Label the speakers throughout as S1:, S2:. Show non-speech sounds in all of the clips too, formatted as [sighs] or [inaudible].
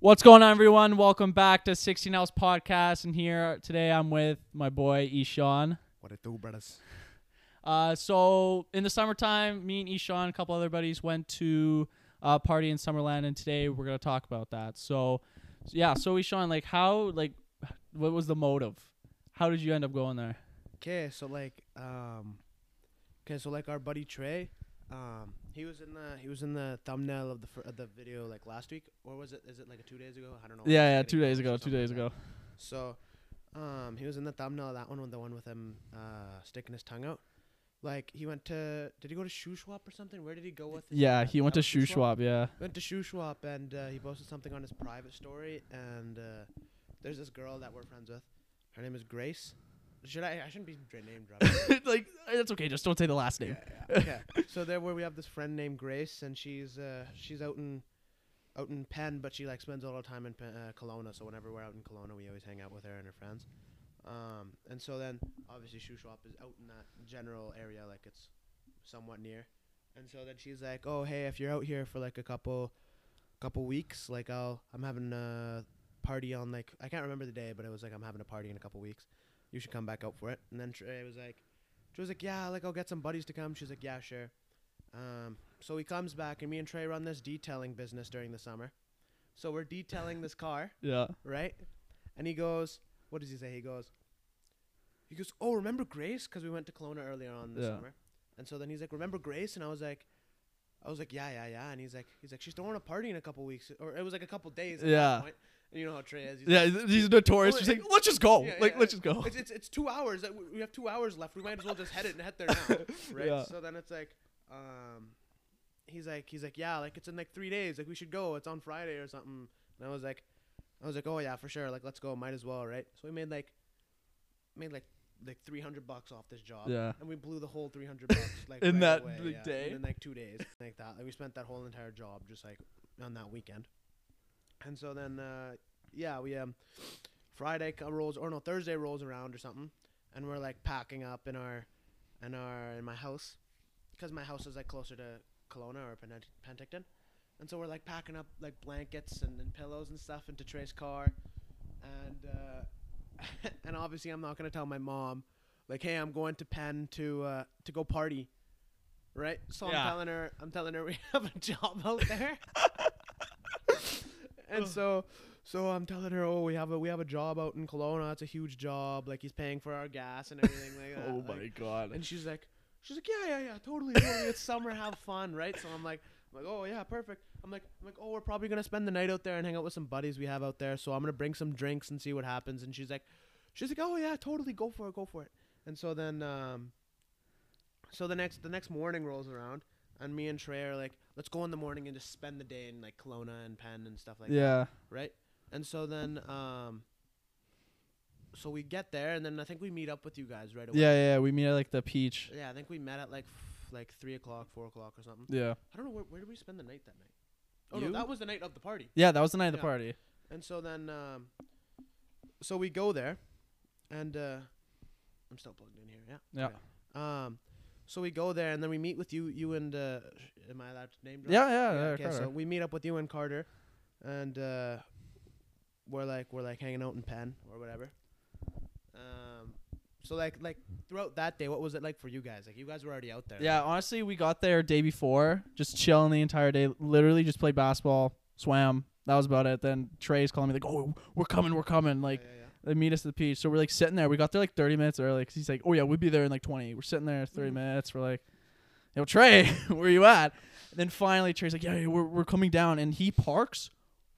S1: What's going on, everyone? Welcome back to 16 Hours Podcast. And here today I'm with my boy Ishan.
S2: What it do, brothers?
S1: Uh, so, in the summertime, me and Ishan, a couple other buddies, went to a party in Summerland. And today we're going to talk about that. So, yeah. So, Ishan, like, how, like, what was the motive? How did you end up going there?
S2: Okay, so like, um, okay, so like our buddy Trey, um, he was in the he was in the thumbnail of the fir- of the video like last week, or was it? Is it like two days ago? I don't know. when
S1: Yeah, yeah.
S2: it's
S1: Two
S2: getting
S1: days
S2: published or
S1: ago. Two
S2: something
S1: days
S2: like
S1: ago.
S2: that. So, um, he was in the thumbnail of that one with the one with him uh sticking his tongue out. Like he went to did he go to Shoe Swap or something? Where did he go with? His,
S1: Yeah,
S2: uh,
S1: he went
S2: that
S1: to
S2: was
S1: Shoe Swap. Yeah.
S2: went to Shoe Swap and uh, he posted something on his private story. And uh, there's this girl that we're friends with. Her name is Grace. Should I? I shouldn't be dra- name dropping.
S1: [laughs] like, that's okay. Just don't say the last name.
S2: Yeah, yeah. Okay. so there, where we have this friend named Grace, and she's uh, she's out in out in Penn, but she like spends all her time in Pen, uh, Kelowna. So whenever we're out in Kelowna, we always hang out with her and her friends. Um, and so then obviously shoe shop is out in that general area, like it's somewhat near. And so then she's like, "Oh, hey, if you're out here for like a couple couple weeks, like I'll I'm having a party on like I can't remember the day, but it was like I'm having a party in a couple weeks. You should come back out for it." And then Trey was like. She was like, "Yeah, like I'll get some buddies to come." She's like, "Yeah, sure." Um, so he comes back, and me and Trey run this detailing business during the summer. So we're detailing this car,
S1: Yeah.
S2: right? And he goes, "What does he say?" He goes, "He goes, oh, remember Grace? Because we went to Kelowna earlier on this
S1: Yeah.
S2: summer." And so then he's like, "Remember Grace?" And I was like, "I was like, yeah, yeah, yeah." And he's like, "He's like, she's throwing a party in a couple weeks, or it was like a couple days." At
S1: Yeah.
S2: That point. And you know how Trey is. He's
S1: Yeah, he's notorious.
S2: Well,
S1: He's like, let's just go.
S2: yeah,
S1: like,
S2: yeah,
S1: let's just go.
S2: It's, it's, it's two hours. that We we have two hours left. We might as well just head it and head
S1: [laughs]
S2: there now, right?
S1: Yeah.
S2: So then it's like, um, he's like, he's like, yeah, like it's in like three days. Like we should go. It's on Friday or something. And I was like, I was like, oh yeah, for sure. Like let's go. Might as well, right? So we made like, made like like three hundred bucks off this job.
S1: Yeah.
S2: And we blew the whole three hundred bucks like
S1: In
S2: right
S1: that,
S2: away,
S1: like,
S2: yeah,
S1: day?
S2: in like two days, like that. Like we spent that whole entire job just like on that weekend. And so then, uh, yeah, we um, Friday co- rolls or no Thursday rolls around or something, and we're like packing up in our, in our in my house, because my house is like closer to Kelowna or Pent- Penticton, and so we're like packing up like blankets and, and pillows and stuff into Trey's car, and uh, [laughs] and obviously I'm not gonna tell my mom, like hey I'm going to Penn to uh, to go party, right? So
S1: Yeah.
S2: I'm telling her I'm telling her we [laughs] have a job out
S1: [laughs]
S2: there and so so I'm telling her, oh, we have a we have a job out in Kelowna. It's a huge job. Like he's paying for our gas and everything like
S1: [laughs]
S2: that.
S1: oh
S2: like-
S1: my god.
S2: and she's like, she's like, yeah, yeah, yeah, totally, totally. It's summer, have fun, right? So I'm like, I'm like, oh yeah, perfect. I'm like, I'm like, oh, we're probably gonna spend the night out there and hang out with some buddies we have out there. So I'm gonna bring some drinks and see what happens. And she's like, she's like, oh yeah, totally, go for it, go for it. And so then, um, so the next the next morning rolls around, and me and Trey are like, let's go in the morning and just spend the day in like Kelowna and Penn and stuff like that
S1: yeah.
S2: right? And so then, um, so we get there, and then I think we meet up with you guys right away.
S1: Yeah, yeah, we meet at like the peach.
S2: Yeah, I think we met at like f- like three o'clock, four o'clock, or something.
S1: Yeah.
S2: I don't know where where did we spend the night that night. Oh
S1: You?
S2: no, that was the night of the party.
S1: Yeah, that was the night of the
S2: Yeah.
S1: party.
S2: And so then, um, so we go there, and uh, I'm still plugged in here. Yeah.
S1: Yeah.
S2: Okay. Um, so we go there, and then we meet with you. You and uh, sh- am I allowed to name drop?
S1: Yeah, yeah, yeah,
S2: okay, so
S1: Carter.
S2: we meet up with you and Carter, and uh, we're like we're like hanging out in Penn or whatever. Um, so like like throughout that day, what was it like for you guys? Like you guys were already out there.
S1: Yeah, honestly, we got there day before, just chilling the entire day. Literally, just played basketball, swam. That was about it. Then Trey's calling me like, "Oh, we're coming, we're coming!"
S2: Yeah,
S1: Like
S2: yeah, yeah.
S1: they meet us at the peach. So we're like sitting there. We got there like 30 minutes early 'cause he's like, "Oh yeah, we'll be there in like 20." We're sitting there 30
S2: Mhm.
S1: minutes. We're like, "Yo, Trey, [laughs] where you at?" And then finally, Trey's like, "Yeah, yeah, we're we're coming down," and he parks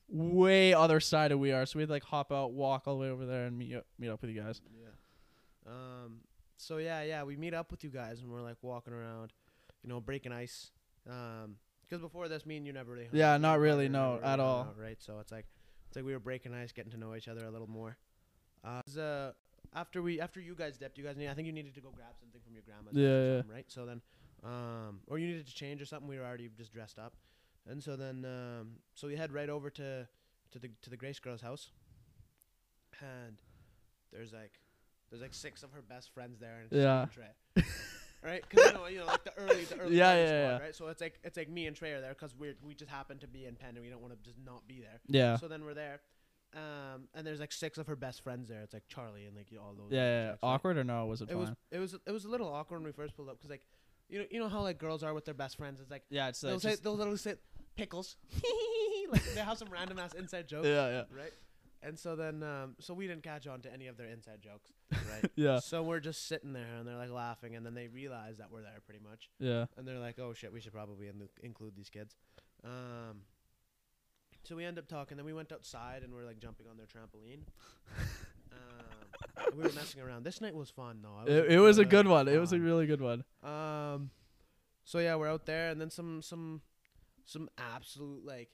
S1: way other side of we are. So we'd like hop out, walk all the way over there, and meet up, meet up with you guys.
S2: Yeah. Um. So yeah, yeah, we meet up with you guys and we're like walking around, you know, breaking ice. Um 'cause before this, me and you never really. hung
S1: Yeah,
S2: out, me
S1: not
S2: and
S1: really,
S2: Carter
S1: no,
S2: never
S1: at
S2: hung
S1: all.
S2: out, right. So it's like, it's like we were breaking ice, getting to know each other a little more. Uh, 'cause, uh, after we, after you guys dipped, you guys need. I think you needed to go grab something from your grandma's. house or
S1: Yeah, yeah.
S2: something, Right. So then, um, or you needed to change or something. We were already just dressed up, and so then, um, so we head right over to, to the to the Grace girl's house. And there's like there's like six of her best friends there and it's just
S1: Yeah.
S2: me and Trey. right? Because you know, you know, like the
S1: [laughs]
S2: early, the early
S1: Yeah,
S2: party
S1: yeah,
S2: squad,
S1: yeah.
S2: right? So it's like it's like me and Trey are there because we we just happen to be in Penn and we don't want to just not be there.
S1: Yeah.
S2: So then we're there, um, and there's like six of her best friends there. It's like Charlie and like you know, all those.
S1: Yeah, yeah, yeah.
S2: chicks, right?
S1: Awkward or no? Was it,
S2: It
S1: fine?
S2: was it was it was a little awkward when we first pulled up because like, you know you know how like girls are with their best friends. It's like
S1: yeah, it's
S2: they'll
S1: like
S2: say
S1: just-
S2: they'll literally say pickles, [laughs]
S1: [laughs]
S2: like they have some random ass inside joke,
S1: yeah,
S2: right? And so then um, so we didn't catch on to any of their
S1: [laughs]
S2: inside jokes, right?
S1: yeah,
S2: So we're just sitting there and they're like laughing and then they realize that we're there pretty much
S1: yeah, yeah.
S2: and they're like, "Oh shit, we should probably in- include these kids." Um, so we end up talking. Then we went outside and we're like jumping on their
S1: [laughs]
S2: trampoline. um, we were messing around. This night was fun though.
S1: It, it was a good one. It was a
S2: time.
S1: really good one.
S2: Um, so yeah, we're out there, and then some some some absolute like,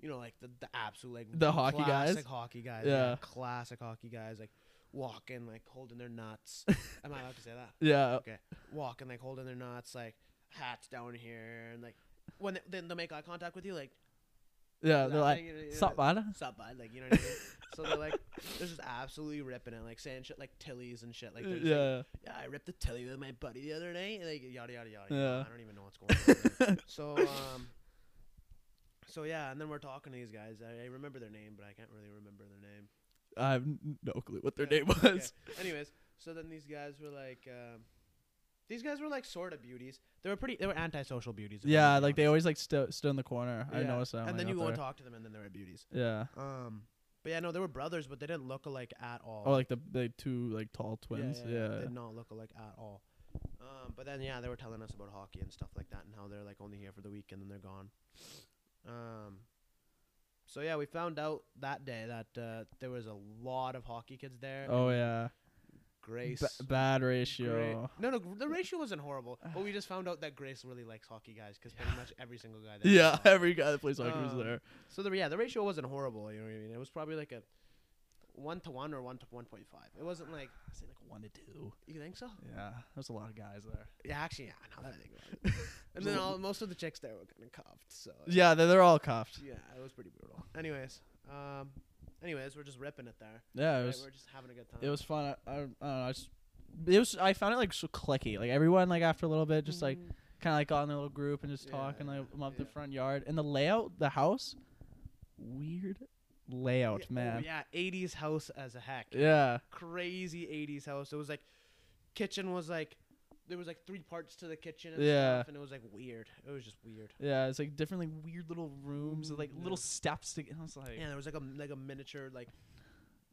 S2: you know, like the the absolute like
S1: The hockey guys?
S2: classic hockey guys, yeah.
S1: Yeah.
S2: classic hockey guys, like walking like holding their nuts.
S1: [laughs]
S2: Am I allowed to say that?
S1: Yeah,
S2: walking like holding their knots, like hats down here, and like when they, then they'll make eye contact with you, like
S1: yeah. They're like,
S2: laughing, you know, you know,
S1: stop,
S2: [laughs]
S1: man.
S2: stop bud," like you know what I mean. so they're like, they're just absolutely ripping it, like saying shit like Tillies and shit,
S1: [laughs]
S2: like they're just like,
S1: Yeah,
S2: yeah, I ripped a Tilly with my buddy the other night, and like yada yada yada.
S1: Yeah.
S2: I don't even know what's going
S1: [laughs]
S2: on. there. so um, so yeah, and then we're talking to these guys. I, I remember their name, but I can't really remember
S1: [laughs]
S2: their name.
S1: I have n- no clue what their
S2: Yeah,
S1: name was.
S2: okay. Anyways, so then these guys were like, um, these guys were like sort of beauties. They were pretty. They were antisocial beauties. if
S1: [laughs]
S2: I'm
S1: Yeah,
S2: being
S1: like they
S2: honest.
S1: always like sto- stood in the corner. I
S2: Yeah,
S1: noticed that.
S2: And
S1: when
S2: then
S1: I
S2: you
S1: got
S2: go and
S1: there.
S2: talk to them, and then they were beauties.
S1: Yeah.
S2: Um, but yeah, no, they were brothers, but they didn't look alike at all.
S1: Oh, like the the two like tall twins. Yeah.
S2: did not look alike at all. Um, but then yeah, they were telling us about hockey and stuff like that, and how they're like only here for the week and then they're gone. Um, so yeah, we found out that day that uh, there was a lot of hockey kids there.
S1: Oh yeah.
S2: Grace.
S1: Ba- bad
S2: Gra-
S1: ratio.
S2: No, no, the ratio wasn't horrible, but we just found out that Grace really likes hockey guys because pretty much every single guy. There
S1: Yeah, [laughs]
S2: likes hockey.
S1: every guy that plays hockey was
S2: Um,
S1: there.
S2: So the yeah, the ratio wasn't horrible. You know what I mean? It was probably like a one to one or one to one point five. It wasn't like
S1: I say like one to two.
S2: you think so?
S1: Yeah, there's a lot of guys there.
S2: Yeah, actually, yeah. Now that I think about it. [laughs]
S1: [laughs]
S2: and then all, most of the chicks there were kind of cuffed, so
S1: Yeah, they're, they're all cuffed.
S2: yeah, it was pretty brutal. Anyways, um, anyways, we're just ripping it there.
S1: Yeah,
S2: right?
S1: it was
S2: We're just having a good time.
S1: it was fun. I, I, I don't know. I just, it was. I found it like so clicky. Like everyone, like after a little bit, just like kind of like got in their little group and just
S2: Yeah,
S1: talking like
S2: yeah,
S1: up the
S2: yeah.
S1: front yard and the layout, the house, weird layout,
S2: yeah,
S1: man.
S2: Oh, yeah, eighties house as a heck.
S1: yeah.
S2: Crazy eighties house. It was like kitchen was like there was like three parts to the kitchen and
S1: Yeah.
S2: stuff, and it was like weird. It was just weird.
S1: Yeah, it's like different, like weird little rooms, with, like
S2: Mm,
S1: little
S2: yeah.
S1: steps to. And I was like,
S2: Yeah, there was like a like a miniature like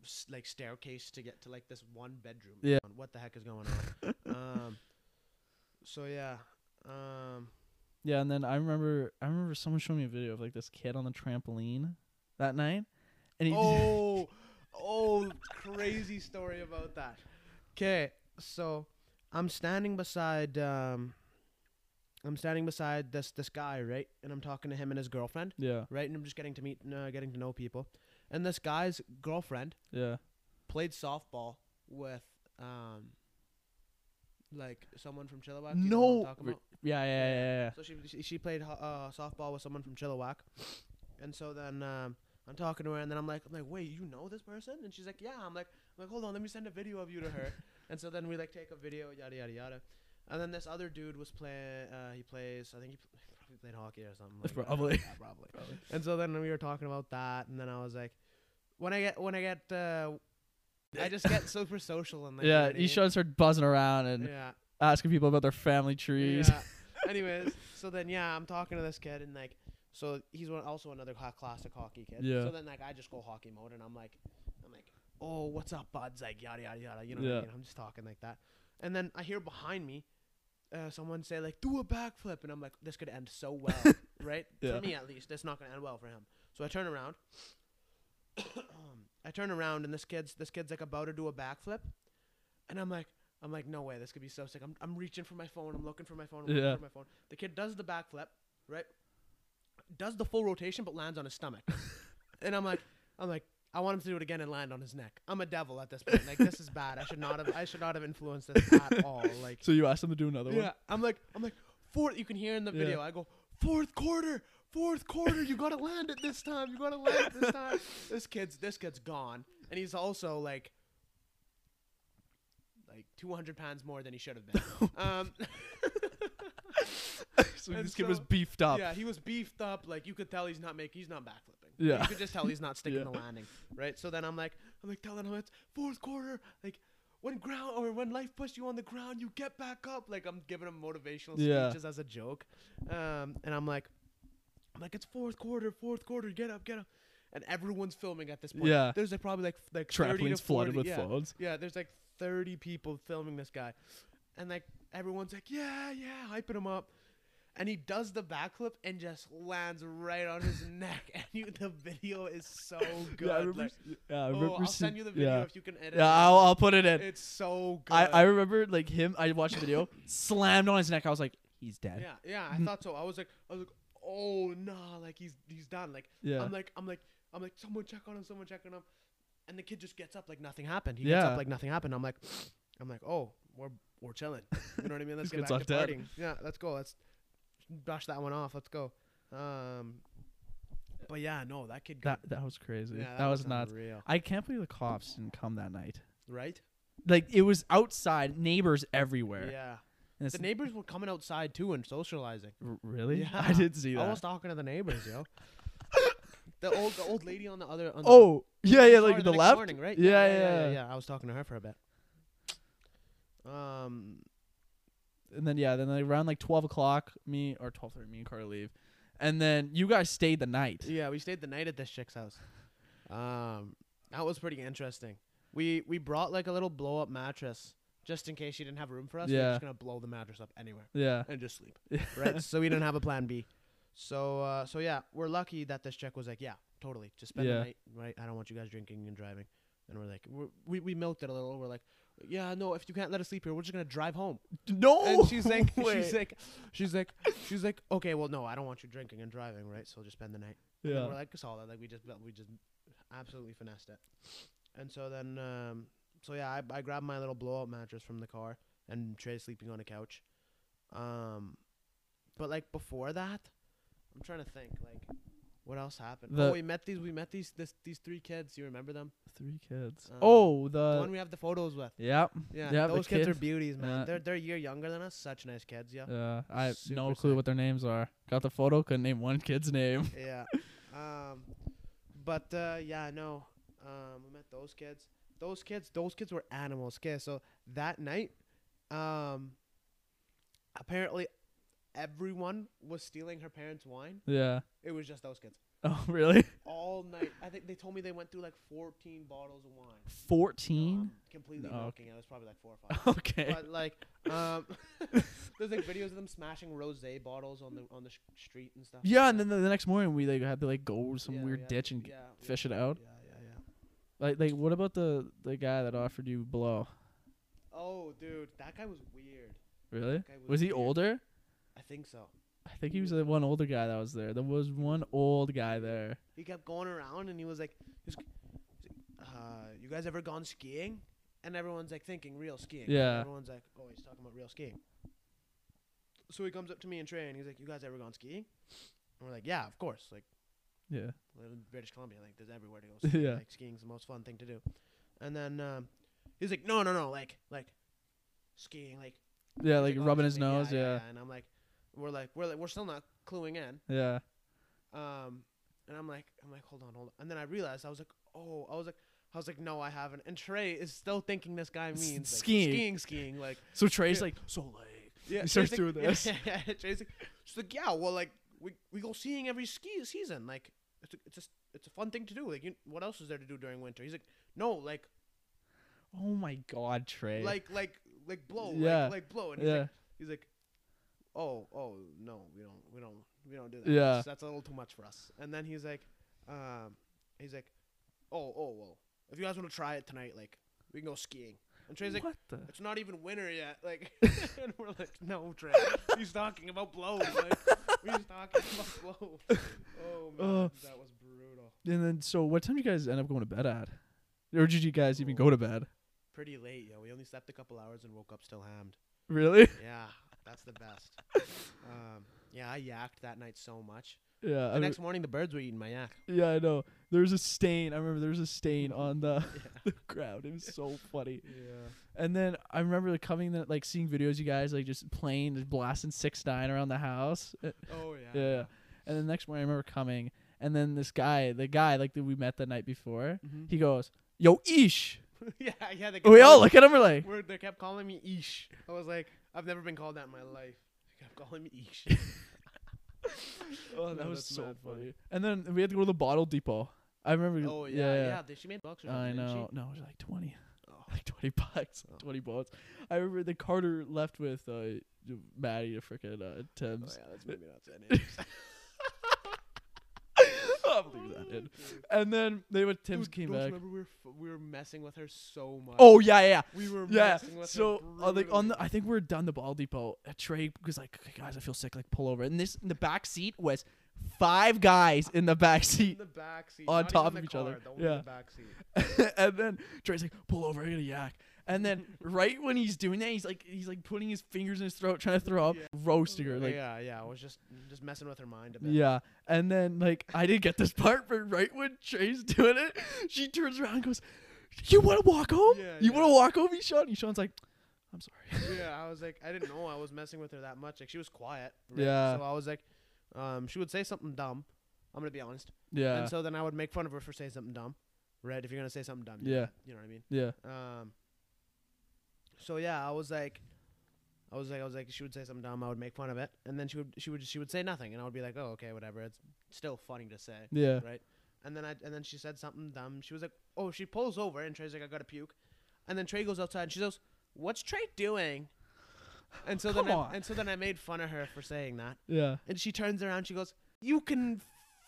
S2: s- like staircase to get to like this one bedroom.
S1: Yeah.
S2: What the heck is going on? um. So yeah.
S1: [laughs]
S2: Um.
S1: [laughs] yeah. And then I remember, I remember someone showing me a video of like this kid on the trampoline that night, and he, [laughs]
S2: Oh, oh, crazy story about that. Okay, so I'm standing beside um, I'm standing beside this this guy right, and I'm talking to him and his girlfriend
S1: yeah,
S2: right, and I'm just getting to meet uh, getting to know people, and this guy's girlfriend
S1: yeah,
S2: played softball with um, like someone from Chilliwack. Do you know who I'm
S1: no,
S2: talking
S1: Re-
S2: about?
S1: yeah, yeah, yeah, yeah, yeah.
S2: So she she- she played ho- uh, softball with someone from Chilliwack, and so then um, I'm talking to her, and then I'm like, I'm like, wait, you know this person? And she's like, yeah. I'm like, I'm like, hold on, let me send a video of you to [laughs] her. and so then we like take a video, yada yada yada. And then this other dude was playing. Uh, he plays. I think he pl- probably played hockey or something. Like that. [laughs]
S1: Probably.
S2: Yeah, probably. And so then we were talking about that, and then I was like, when I get when I get, uh, I just [laughs] get super social and like. you know
S1: yeah,
S2: what I
S1: he
S2: mean?
S1: should start buzzing around and
S2: Yeah.
S1: asking people about their family trees.
S2: Yeah. Anyways, so then yeah, I'm talking to this kid and like, so he's one, also another cla- classic hockey kid.
S1: Yeah.
S2: So then like I just go hockey mode and I'm like, I'm like, oh what's up buds like yada yada yada you know what I
S1: Yeah.
S2: mean? I'm just talking like that, and then I hear behind me, uh, someone say like do a backflip and I'm like this could end so well
S1: [laughs]
S2: right
S1: Yeah.
S2: for me at least it's not gonna end well for him. So I turn around. um, I turn around and this kid's this kid's like about to do a backflip, and I'm like, I'm like, no way, this could be so sick. I'm, I'm reaching for my phone. I'm looking for my phone. I'm looking
S1: Yeah.
S2: for my phone. The kid does the backflip, right? Does the full rotation, but lands on his
S1: [laughs]
S2: stomach. and I'm like, I'm like, I want him to do it again and land on his neck. I'm a devil at this point. Like this is bad. I should not have. I should not have influenced this at all. Like
S1: [laughs] [laughs] So you asked them to do another
S2: yeah, I'm like, I'm like, fourth. You can hear in the
S1: Yeah.
S2: video. I go, fourth quarter, fourth quarter. You gotta land it this time. You gotta land it this
S1: [laughs]
S2: time. this kid's this kid's gone, and he's also like, like 200 pounds more than he should
S1: [laughs]
S2: have been. um, [laughs]
S1: so
S2: And
S1: this kid was
S2: so-
S1: beefed up.
S2: yeah, he was beefed up. Like you could tell he's not making, he's not backflipping.
S1: Yeah.
S2: you could just tell he's not sticking
S1: Yeah.
S2: the landing, right? So then I'm like, I'm like telling him it's fourth quarter, like. When ground or when life puts you on the ground, you get back up. Like I'm giving him motivational
S1: Yeah.
S2: speeches as a joke, um, and I'm like, I'm like it's fourth quarter, fourth quarter, get up, get up, and everyone's filming at this point.
S1: Yeah.
S2: there's like probably like f- like 30 to
S1: Trampolines
S2: 40,
S1: flooded with
S2: yeah.
S1: phones.
S2: Yeah, there's like 30 people filming this guy. And like everyone's like, yeah, yeah, hyping him up. And he does the backflip and just lands right on his [laughs] neck. And you, the video is so good.
S1: Yeah, I remember.
S2: like,
S1: s- yeah, I
S2: oh,
S1: remember
S2: I'll
S1: seeing-
S2: send you the video
S1: Yeah,
S2: if you can edit
S1: yeah
S2: it.
S1: I'll, I'll put it in.
S2: It's so good.
S1: I, I remember like him. I watched the
S2: [laughs]
S1: video, slammed on his neck. I was like, he's dead. [laughs]
S2: yeah, yeah, I thought so. I was like, I was like, oh, nah, like he's he's done. Like,
S1: Yeah.
S2: I'm like, I'm like, I'm like, someone check on him, someone check on him. And the kid just gets up like nothing happened. He gets
S1: Yeah.
S2: up like nothing happened. I'm like, [sniffs] I'm like, oh, we're we're chilling. You know what
S1: [laughs]
S2: I mean? Let's
S1: This
S2: get back
S1: kid's
S2: to
S1: not
S2: partying. Yeah, let's go. Let's brush that one off. Let's go. Um, but yeah, no, that kid.
S1: That
S2: got-
S1: that was crazy.
S2: yeah,
S1: that, was, nuts.
S2: real,
S1: I can't believe the cops didn't come that night.
S2: right?
S1: Like it was outside, neighbors everywhere.
S2: Yeah,
S1: And it's
S2: the neighbors were coming outside too and socializing.
S1: r- really?
S2: Yeah.
S1: I didn't see that.
S2: I was talking to the
S1: [laughs]
S2: neighbors, yo. the old the old lady on the other. On the-
S1: oh yeah, yeah,
S2: Sorry,
S1: like
S2: the
S1: the
S2: next
S1: left.
S2: morning, right?
S1: Yeah,
S2: Yeah yeah,
S1: yeah,
S2: yeah,
S1: yeah.
S2: I was talking to her for a bit. Um,
S1: And then yeah, then like, around like twelve o'clock, me or twelve thirty, me and Carter leave, and then you guys stayed the night.
S2: yeah, we stayed the night at this chick's house. Um, that was pretty interesting. We we brought like a little blow up mattress just in case she didn't have room for us. We
S1: Yeah.
S2: were just gonna blow the mattress up anywhere
S1: Yeah.
S2: and just sleep, right? so we didn't have a plan B. So uh, so yeah, we're lucky that this chick was like, yeah, totally, just spend
S1: Yeah.
S2: the night, right? I don't want you guys drinking and driving. And we're like, we're, we we milked it a little. We're like, yeah, no, if you can't let us sleep here, we're just gonna drive home.
S1: [laughs] No.
S2: and she's
S1: [laughs]
S2: like,
S1: way.
S2: she's like, she's like, she's like, okay, well, no, I don't want you drinking and driving, right? So we'll just spend the night. And
S1: yeah.
S2: we're like, it's all that. Like we just, we just absolutely finessed it. And so then, um, so yeah, I, I grabbed my little blowout mattress from the car and Trey's sleeping on a couch. Um, but like before that, I'm trying to think like. What else happened?
S1: The-
S2: oh, we met these. We met these. This, these three kids. You remember them?
S1: Three kids.
S2: Um,
S1: oh,
S2: the
S1: the.
S2: one we have the photos with.
S1: Yeah.
S2: Yeah,
S1: yeah, the
S2: those kids are
S1: kid.
S2: beauties, man.
S1: Yeah.
S2: they're they're a year younger than us. Such nice kids, yeah.
S1: Yeah, uh, I have no
S2: Super
S1: clue
S2: sick.
S1: what their names are. Got the photo, couldn't name one kid's name. [laughs]
S2: yeah. Um, but uh, yeah, no. Um, we met those kids. Those kids. Those kids were animals. Okay, so that night, um, apparently, everyone was stealing her parents' wine.
S1: Yeah.
S2: It was just those kids
S1: [laughs] Oh, really?
S2: all night. I think they told me they went through like 14 bottles of wine.
S1: Fourteen.
S2: Um, completely
S1: No.
S2: milking it. It was probably like four or five.
S1: [laughs] Okay.
S2: Um, but uh, like um [laughs] there's like videos of them smashing rosé bottles on the on the sh- street and stuff.
S1: Yeah,
S2: like
S1: and
S2: that.
S1: then the, the next morning we like had to like go to some
S2: Yeah, we
S1: weird
S2: had-
S1: ditch and
S2: yeah, we-
S1: fish it out.
S2: Yeah, yeah, yeah.
S1: Like, like what about the the guy that offered you blow?
S2: Oh, dude, that guy was weird.
S1: Really?
S2: That guy
S1: Eh? Was he
S2: weird.
S1: older?
S2: I think so.
S1: I think he was the one older guy that was there. There was one old guy there.
S2: He kept going around and he was like, he was, he's like, uh, "You guys ever gone skiing?" And everyone's like thinking real skiing. right?
S1: Yeah.
S2: Everyone's like, "Oh, he's talking about real skiing." So he comes up to me and Trey and he's like, "You guys ever gone skiing?" And we're like, "Yeah, of course." Like.
S1: Yeah.
S2: live in British Columbia, like there's
S1: [laughs]
S2: everywhere to go. Skiing.
S1: Yeah.
S2: Like skiing's the most fun thing to do. And then um, he's like, no, no, no, like like skiing, like
S1: Yeah,
S2: he's
S1: like
S2: "Oh, he's
S1: rubbing
S2: like,
S1: his nose. Yeah.
S2: And I'm like, we're like we're like we're still not cluing in.
S1: Yeah.
S2: Um, and I'm like I'm like hold on, hold on. And then I realized I was like, oh, I was like. I was like, no, I haven't. And Trey is still thinking this guy
S1: S-
S2: means like,
S1: skiing.
S2: skiing,
S1: [laughs]
S2: skiing. Like,
S1: So Trey's
S2: Yeah.
S1: like, so like.
S2: yeah.
S1: He
S2: Trey's
S1: starts
S2: like,
S1: doing this.
S2: [laughs] Yeah, yeah, Trey's like, she's like, yeah, well, like we, we go skiing every ski season. Like it's a, it's just it's a fun thing to do. Like you, what else is there to do during winter? He's like, no, like
S1: Oh my God, Trey.
S2: like like like blow,
S1: Yeah.
S2: like, like blow. And he's
S1: Yeah.
S2: like, he's like, oh oh no, we don't we don't we don't do that.
S1: Yeah.
S2: That's, that's a little too much for us. And then he's like, um, he's like, oh oh well, if you guys want to try it tonight, like we can go skiing. And Trey's like,
S1: what the?
S2: it's not even winter yet.
S1: [laughs]
S2: Like, [laughs] and we're like, no, Trey. He's talking about blow. Like, he's talking
S1: [laughs]
S2: about blow. Oh man,
S1: Uh,
S2: that was brutal.
S1: And then, so what time do you guys end up going to bed at? Or did you guys even go to
S2: [laughs]
S1: bed?
S2: Pretty late, yo. We only slept a couple hours and woke up still hammed.
S1: Really? [laughs]
S2: Yeah, that's the best. Um, yeah, I yacked that night so much.
S1: Yeah,
S2: The
S1: I
S2: next morning, the birds were eating my yak.
S1: mean- yeah, I know. There was a stain. I remember there was a stain
S2: [laughs]
S1: on the
S2: Yeah.
S1: [laughs] the ground. It was so funny.
S2: yeah.
S1: And then I remember like, coming that like seeing videos you guys like just playing, just blasting six nine around the
S2: [laughs]
S1: house. Uh,
S2: Oh yeah.
S1: Yeah. And the next morning I remember coming, and then this guy, the guy like that we met the night before,
S2: Mhm.
S1: he goes, "Yo, Ish."
S2: [laughs] yeah, yeah. They kept
S1: We all
S2: calling- [laughs]
S1: look at him. We're like,
S2: We're, they kept calling me Ish. I was like, I've never been called that in my life. They kept calling me
S1: [laughs]
S2: Ish.
S1: "Oh,
S2: No,
S1: that was
S2: that's
S1: so
S2: mad funny.
S1: funny." And then we had to go to the bottle depot. I remember.
S2: oh yeah, yeah.
S1: yeah.
S2: they- she made bucks or something.
S1: I
S2: didn't she?
S1: know. No, it was like twenty,
S2: Oh.
S1: [laughs] like twenty bucks,
S2: Oh.
S1: twenty bucks. I remember the Carter left with uh, Maddie to freaking uh,
S2: Oh
S1: Thames.
S2: yeah, that's maybe not that name.
S1: [laughs] I'll leave that in. And then they went. Tim's
S2: Dude,
S1: came
S2: don't you
S1: back.
S2: Remember we were f- we were messing with her so much.
S1: Oh yeah, yeah,
S2: we were
S1: yeah.
S2: Messing with
S1: So
S2: her
S1: uh, like on the,
S2: brutally.
S1: I think we were done the ball depot. A Trey was like, "Okay, guys, I feel sick. Like pull over. And this in the back seat was five guys in the back
S2: in [laughs]
S1: seat.
S2: the back seat,
S1: on
S2: not
S1: top
S2: even
S1: of
S2: the
S1: each other.
S2: car, the one in the
S1: Yeah.
S2: back seat.
S1: and then Trey's like, pull over, I got a yak. And then
S2: [laughs]
S1: right when he's doing that, he's like, he's like putting his fingers in his throat, trying to throw up,
S2: Yeah.
S1: roasting her. Like, yeah.
S2: yeah, yeah. I was just just messing with her mind a bit.
S1: And then like, I didn't get this part, but right when Trey's doing it, she turns around and goes, "You want to walk home?
S2: Yeah,
S1: you
S2: yeah.
S1: want to walk home, Eshawn?" Eshawn's like, "I'm [laughs] sorry."
S2: yeah, I was like, I didn't know I was messing with her that much. Like she was quiet. right?
S1: Yeah.
S2: So I was like, um, she would say something dumb. I'm gonna be honest.
S1: yeah.
S2: And so then I would make fun of her for saying something dumb. Right? If you're gonna say something dumb. do
S1: Yeah.
S2: that, You know what I mean?
S1: yeah.
S2: Um. So yeah, I was like, I was like, I was like, she would say something dumb. I would make fun of it, and then she would, she would, she would say nothing, and I would be like, oh, okay, whatever. It's still funny to say,
S1: Yeah.
S2: right? And then I, and then she said something dumb. She was like, oh, she pulls over, and Trey's like, I gotta puke, and then Trey goes outside, and she goes, what's Trey doing? And so
S1: Come
S2: then,
S1: on.
S2: I, and so then I made fun of her for saying that,
S1: Yeah.
S2: and she turns around, she goes, you can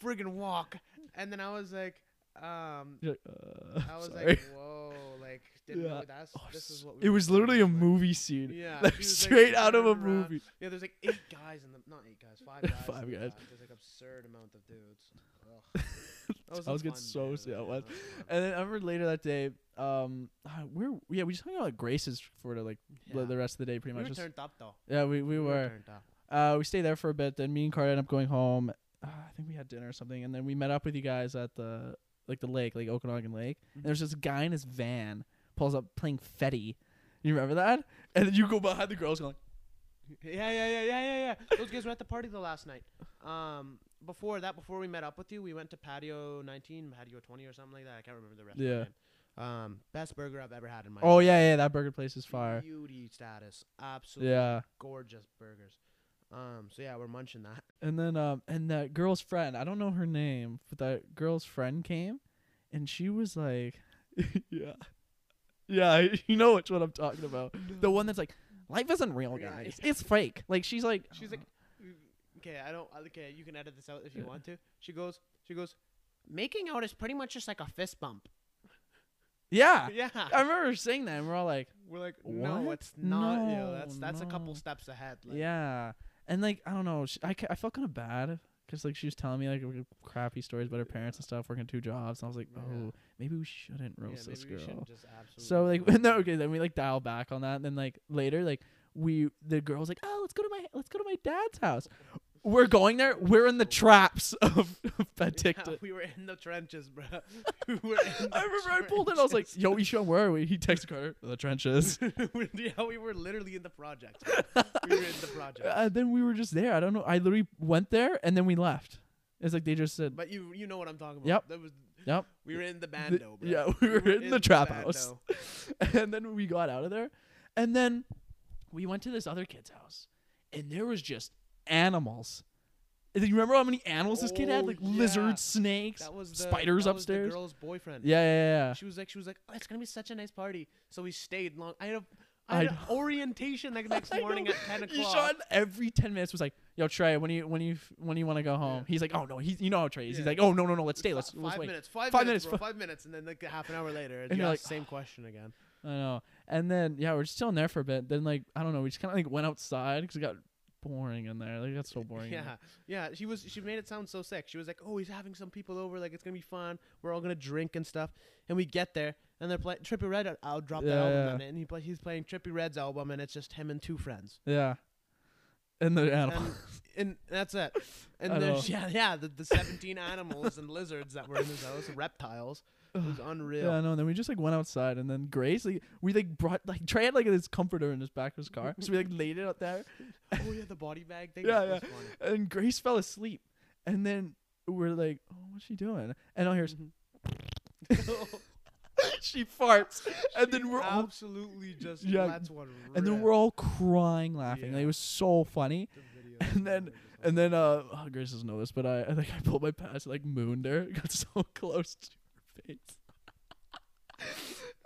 S2: friggin' walk, and then I was like, um,
S1: You're like, uh,
S2: I
S1: [laughs]
S2: was
S1: sorry.
S2: like, whoa, like, didn't know
S1: Yeah.
S2: that's,
S1: Oh,
S2: this is what we
S1: it
S2: were
S1: was
S2: doing,
S1: literally a
S2: like-
S1: movie scene. [laughs]
S2: Yeah,
S1: like
S2: she was, like,
S1: straight out of a
S2: running around.
S1: movie.
S2: Yeah, there's like eight [laughs] guys in the, not eight guys,
S1: [laughs]
S2: five guys. in
S1: Five
S2: the
S1: guys.
S2: back. There's like absurd amount of dudes.
S1: [laughs]
S2: Ugh. That
S1: I
S2: a
S1: was getting
S2: fun
S1: so
S2: day,
S1: sick
S2: though,
S1: at
S2: yeah,
S1: once.
S2: that was fun.
S1: And then I remember later that day, um, [sighs] ah, we're yeah, we just hung out at Grace's for like the-
S2: Yeah.
S1: the rest of the day, pretty
S2: We
S1: much.
S2: were
S1: Just-
S2: turned up though.
S1: yeah, we, we were.
S2: turned up.
S1: Uh, we stayed there for a bit. Then me and Carter ended up going home. Uh, I think we had dinner or something, and then we met up with you guys at the like the lake, like Okanagan Lake. And
S2: Mm-hmm.
S1: there's this guy in his van pulls up playing Fetty. You remember that? [laughs] And then you go behind the girls going,
S2: Yeah, yeah, yeah, yeah, yeah, yeah. Those guys were at the party the last night. Um, before that, before we met up with you, we went to Patio 19, Patio 20, or something like that. I can't remember the restaurant
S1: Yeah.
S2: name. Um, best burger I've ever had in my.
S1: "Oh
S2: life.
S1: yeah, yeah, that burger place is fire."
S2: Beauty status, absolutely
S1: Yeah.
S2: gorgeous burgers. Um, so yeah, we're munching that.
S1: And then um and that girl's friend, I don't know her name, but that girl's friend came and she was like [laughs] Yeah. Yeah, [laughs] you know which one I'm talking about. The one that's like, life isn't real,
S2: Yeah,
S1: guys. It's fake. Like she's like
S2: She's like, "Mm, okay, I don't. Okay, you can edit this out if you
S1: Yeah.
S2: want to. She goes, she goes, making out is pretty much just like a fist bump.
S1: Yeah.
S2: Yeah,
S1: I remember her saying that and we're all like,
S2: we're like, no,
S1: Uh, um, What?
S2: it's not. Yeah,
S1: No,
S2: that's that's a
S1: no.
S2: couple steps ahead. Like,
S1: Yeah. And like, I don't know, sh I, ca- I felt kind of bad because like she was telling me like crappy stories about her parents and stuff, working two jobs. And I was like,
S2: Yeah.
S1: oh, maybe we shouldn't
S2: yeah,
S1: roast
S2: maybe
S1: this
S2: we shouldn't
S1: girl.
S2: just absolutely.
S1: So
S2: [laughs]
S1: like [laughs]
S2: roast
S1: no
S2: her.
S1: okay then we like dial back on that and then like later like we the girl's like oh let's go to my let's go to my dad's house we're going there we're in the traps [laughs] of, of
S2: Oh. Yeah, [laughs]
S1: addicted
S2: we were in the trenches, bro. [laughs]
S1: [laughs]
S2: we were in the
S1: I remember I pulled in I was
S2: [laughs]
S1: like yo Ishan where are we he texted Carter the trenches
S2: trenches. We're- yeah, we were literally in the project.
S1: [laughs]
S2: we were in the project.
S1: uh, then we were just there I don't know I literally went there and then we left it's like they just said
S2: but you you know what I'm talking about.
S1: Yep.
S2: That was
S1: yep [laughs]
S2: we were in the
S1: the-
S2: bando, bro.
S1: yeah we were in, the trap house
S2: bando.
S1: and then we got out of there and then we went to this other kid's house and there was just animals and then you remember how many animals this kid had
S2: Oh,
S1: like
S2: yeah.
S1: lizards snakes
S2: That was the,
S1: spiders
S2: that was the
S1: upstairs
S2: girl's boyfriend.
S1: yeah yeah yeah
S2: She was like, she was like, oh, it's gonna be such a nice party. So we stayed long. I had a,
S1: I
S2: I had a
S1: know.
S2: orientation like
S1: [laughs]
S2: next
S1: I
S2: morning
S1: know.
S2: at ten
S1: Eshawn
S2: o'clock.
S1: every 10 minutes was like yo trey when do you when do you when do you want to go home
S2: Yeah.
S1: he's like oh no he's you know how trey is he's
S2: Yeah.
S1: like oh no no no let's stay
S2: Fi-
S1: let's, let's
S2: five
S1: wait
S2: minutes, five,
S1: Five
S2: minutes,
S1: minutes,
S2: bro, five minutes, and then like half an hour later,
S1: you're
S2: you ask
S1: like,
S2: the same question again.
S1: i know and then yeah we're just still in there for a bit then like i don't know we just kind of like went outside because it got boring in there like it got so [laughs] boring in there.
S2: Yeah, yeah. She was. She made it sound so sick. She was like, "Oh, he's having some people over. Like it's gonna be fun. We're all gonna drink and stuff." And we get there, and they're playing Trippy Red. I'll- I'll drop the
S1: Yeah,
S2: album
S1: yeah.
S2: on it, and he play, he's playing Trippy Red's album, and it's just him and two friends.
S1: Yeah. and the
S2: [laughs] and,
S1: animal.
S2: and that's it.
S1: I
S2: And there's,
S1: know.
S2: yeah, yeah, the, the 17 animals and lizards that were in his house, reptiles.
S1: [sighs]
S2: It was unreal.
S1: Yeah, I know. And then we just like went outside, and then Grace, like, we like brought like Trey had like this comforter in his back of his car, so we
S2: [laughs]
S1: like laid it out there,
S2: Oh yeah, the body bag thing.
S1: Yeah,
S2: that was
S1: yeah.
S2: funny.
S1: and Grace fell asleep, and then we're like, oh, what's she doing? And all here's [laughs]
S2: Mm-hmm.
S1: she farts, [laughs] and then we're all
S2: absolutely just
S1: Yeah.
S2: lets one
S1: and then
S2: rip.
S1: we're all crying laughing. Like,
S2: Yeah.
S1: it was so funny. [laughs]
S2: The video
S1: and
S2: is
S1: then-
S2: really just
S1: And then uh, oh, Grace doesn't know this, but I, I think I pulled my pass, like mooned [laughs] her, got so close to her face.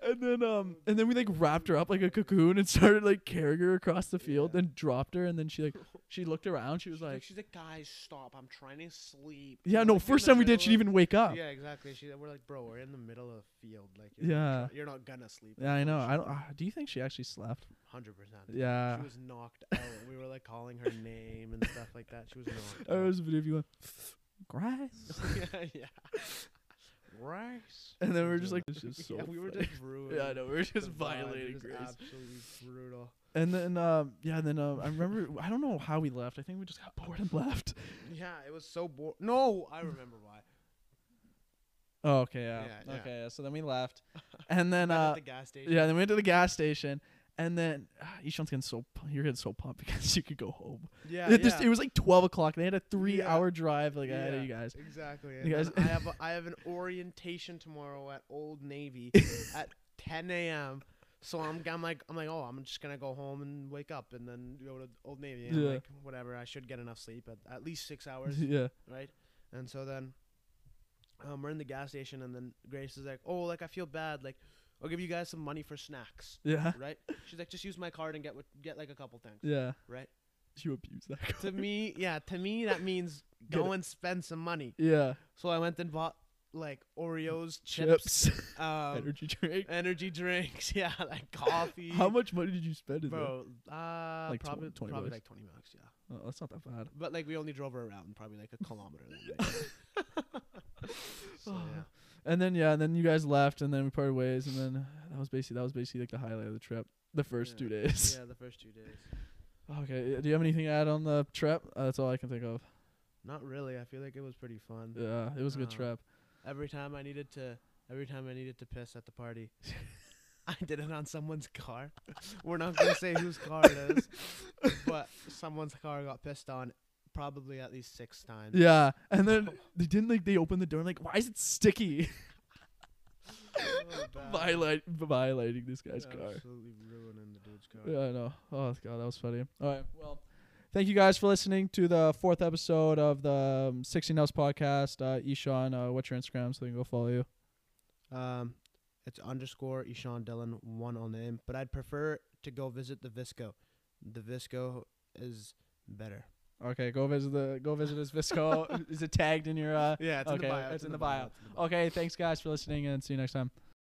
S1: and then um, and then we like wrapped her up like a cocoon and started like carrying her across the field,
S2: Yeah.
S1: then dropped her, and then she like she looked around, she was
S2: like, [laughs]
S1: like,
S2: she's like, guys, stop! I'm trying to sleep.
S1: yeah,
S2: We're,
S1: no,
S2: like, in
S1: first
S2: the
S1: time we did,
S2: middle
S1: she didn't
S2: of-
S1: even wake up.
S2: Yeah, exactly. She, we're like, bro, we're in the middle of the field. Like,
S1: Yeah.
S2: you're not gonna sleep.
S1: Yeah, I know. I don't. Uh, do you think she actually slept?
S2: Hundred percent.
S1: Yeah.
S2: She was knocked out. We were like calling her name and stuff like that. She was
S1: [laughs]
S2: knocked
S1: There
S2: out.
S1: Oh, was a video of you going, Grace.
S2: [laughs]
S1: [laughs]
S2: yeah, yeah. Rice.
S1: And then we
S2: We
S1: were just
S2: do
S1: like, this is so
S2: [laughs] yeah, we were
S1: funny.
S2: just
S1: [laughs]
S2: ruining.
S1: Yeah, I know. We were
S2: the
S1: just
S2: vibe. It
S1: violating
S2: was
S1: Grace.
S2: Absolutely brutal.
S1: And then, um, yeah, then um, I remember, I don't know how we left. I think we just got bored and left.
S2: Yeah, it was so boring. No, I remember why.
S1: Oh, okay, yeah.
S2: Yeah, yeah.
S1: Okay, so then we
S2: [laughs]
S1: left. And then,
S2: Back
S1: uh,
S2: at the gas station.
S1: yeah, then we went to the gas station. And then uh, Ishan's getting so pu- you're getting so pumped [laughs] because you could go home.
S2: yeah,
S1: it, just,
S2: yeah.
S1: it was like twelve o'clock. They had a three
S2: Yeah.
S1: hour drive like ahead
S2: Yeah,
S1: of you guys.
S2: Exactly.
S1: You
S2: and
S1: guys-
S2: then I
S1: [laughs]
S2: have a, I have an orientation tomorrow at Old Navy at 10 a.m. So I'm I'm like I'm like oh I'm just gonna go home and wake up and then go to Old Navy and I'm
S1: Yeah.
S2: like whatever I should get enough sleep at at least
S1: [laughs]
S2: six hours
S1: yeah,
S2: right? And so then um, we're in the gas station, and then Grace is like, "Oh, like I feel bad. Like I'll give you guys some money for snacks,
S1: yeah,
S2: right?" She's like, "Just use my card and get what, get like a couple things,
S1: yeah.
S2: right?"
S1: You abuse that. Card.
S2: to me, yeah, to me that means
S1: [laughs] Get
S2: go and spend some money.
S1: yeah,
S2: So I went and bought like Oreos, chips,
S1: chips, [laughs]
S2: [laughs] um,
S1: energy drink.
S2: energy drinks, [laughs] yeah, like coffee.
S1: [laughs] How much money did you spend? In
S2: Bro, uh,
S1: Like tw-
S2: probably
S1: 20
S2: probably
S1: bucks?
S2: like twenty bucks, yeah.
S1: there? Oh, that's not that bad.
S2: But like we only drove her around probably like a kilometer. that
S1: [laughs]
S2: day. [laughs] so, yeah.
S1: And then yeah, and then you guys left, and then we parted ways, and then [sighs] that was basically that was basically like the highlight of the trip. The first
S2: Yeah.
S1: two days.
S2: Yeah, the first two days.
S1: [laughs] Okay. uh, Do you have anything to add on the trip? Uh, that's all I can think of.
S2: Not really. I feel like it was pretty fun.
S1: Yeah, it was a good
S2: Uh,
S1: trip.
S2: Every time I needed to, every time I needed to piss at
S1: [laughs]
S2: the party, I did it on someone's car. [laughs] We're not gonna say whose car it is, but someone's car got pissed on probably at least six
S1: [laughs]
S2: times.
S1: Yeah, and then they didn't like they opened the door and like why is it [laughs] sticky? [laughs]
S2: Oh, bad.
S1: Violate, violating this guy's car.
S2: Absolutely ruining the dude's car.
S1: Yeah, I know. Oh god, that was funny. All right, well, thank you guys for listening to the fourth episode of the um, 16 House Podcast. Uh, Ishan, uh, what's your Instagram so they can go follow you?
S2: Um, it's underscore Ishan Dillon one on the name, but I'd prefer to go visit the Visco. The Visco is better.
S1: Okay, go visit the go visit his [laughs] Visco. is it tagged in your? Uh,
S2: Yeah,
S1: okay, it's in the bio. Okay, thanks guys for listening and see you next time.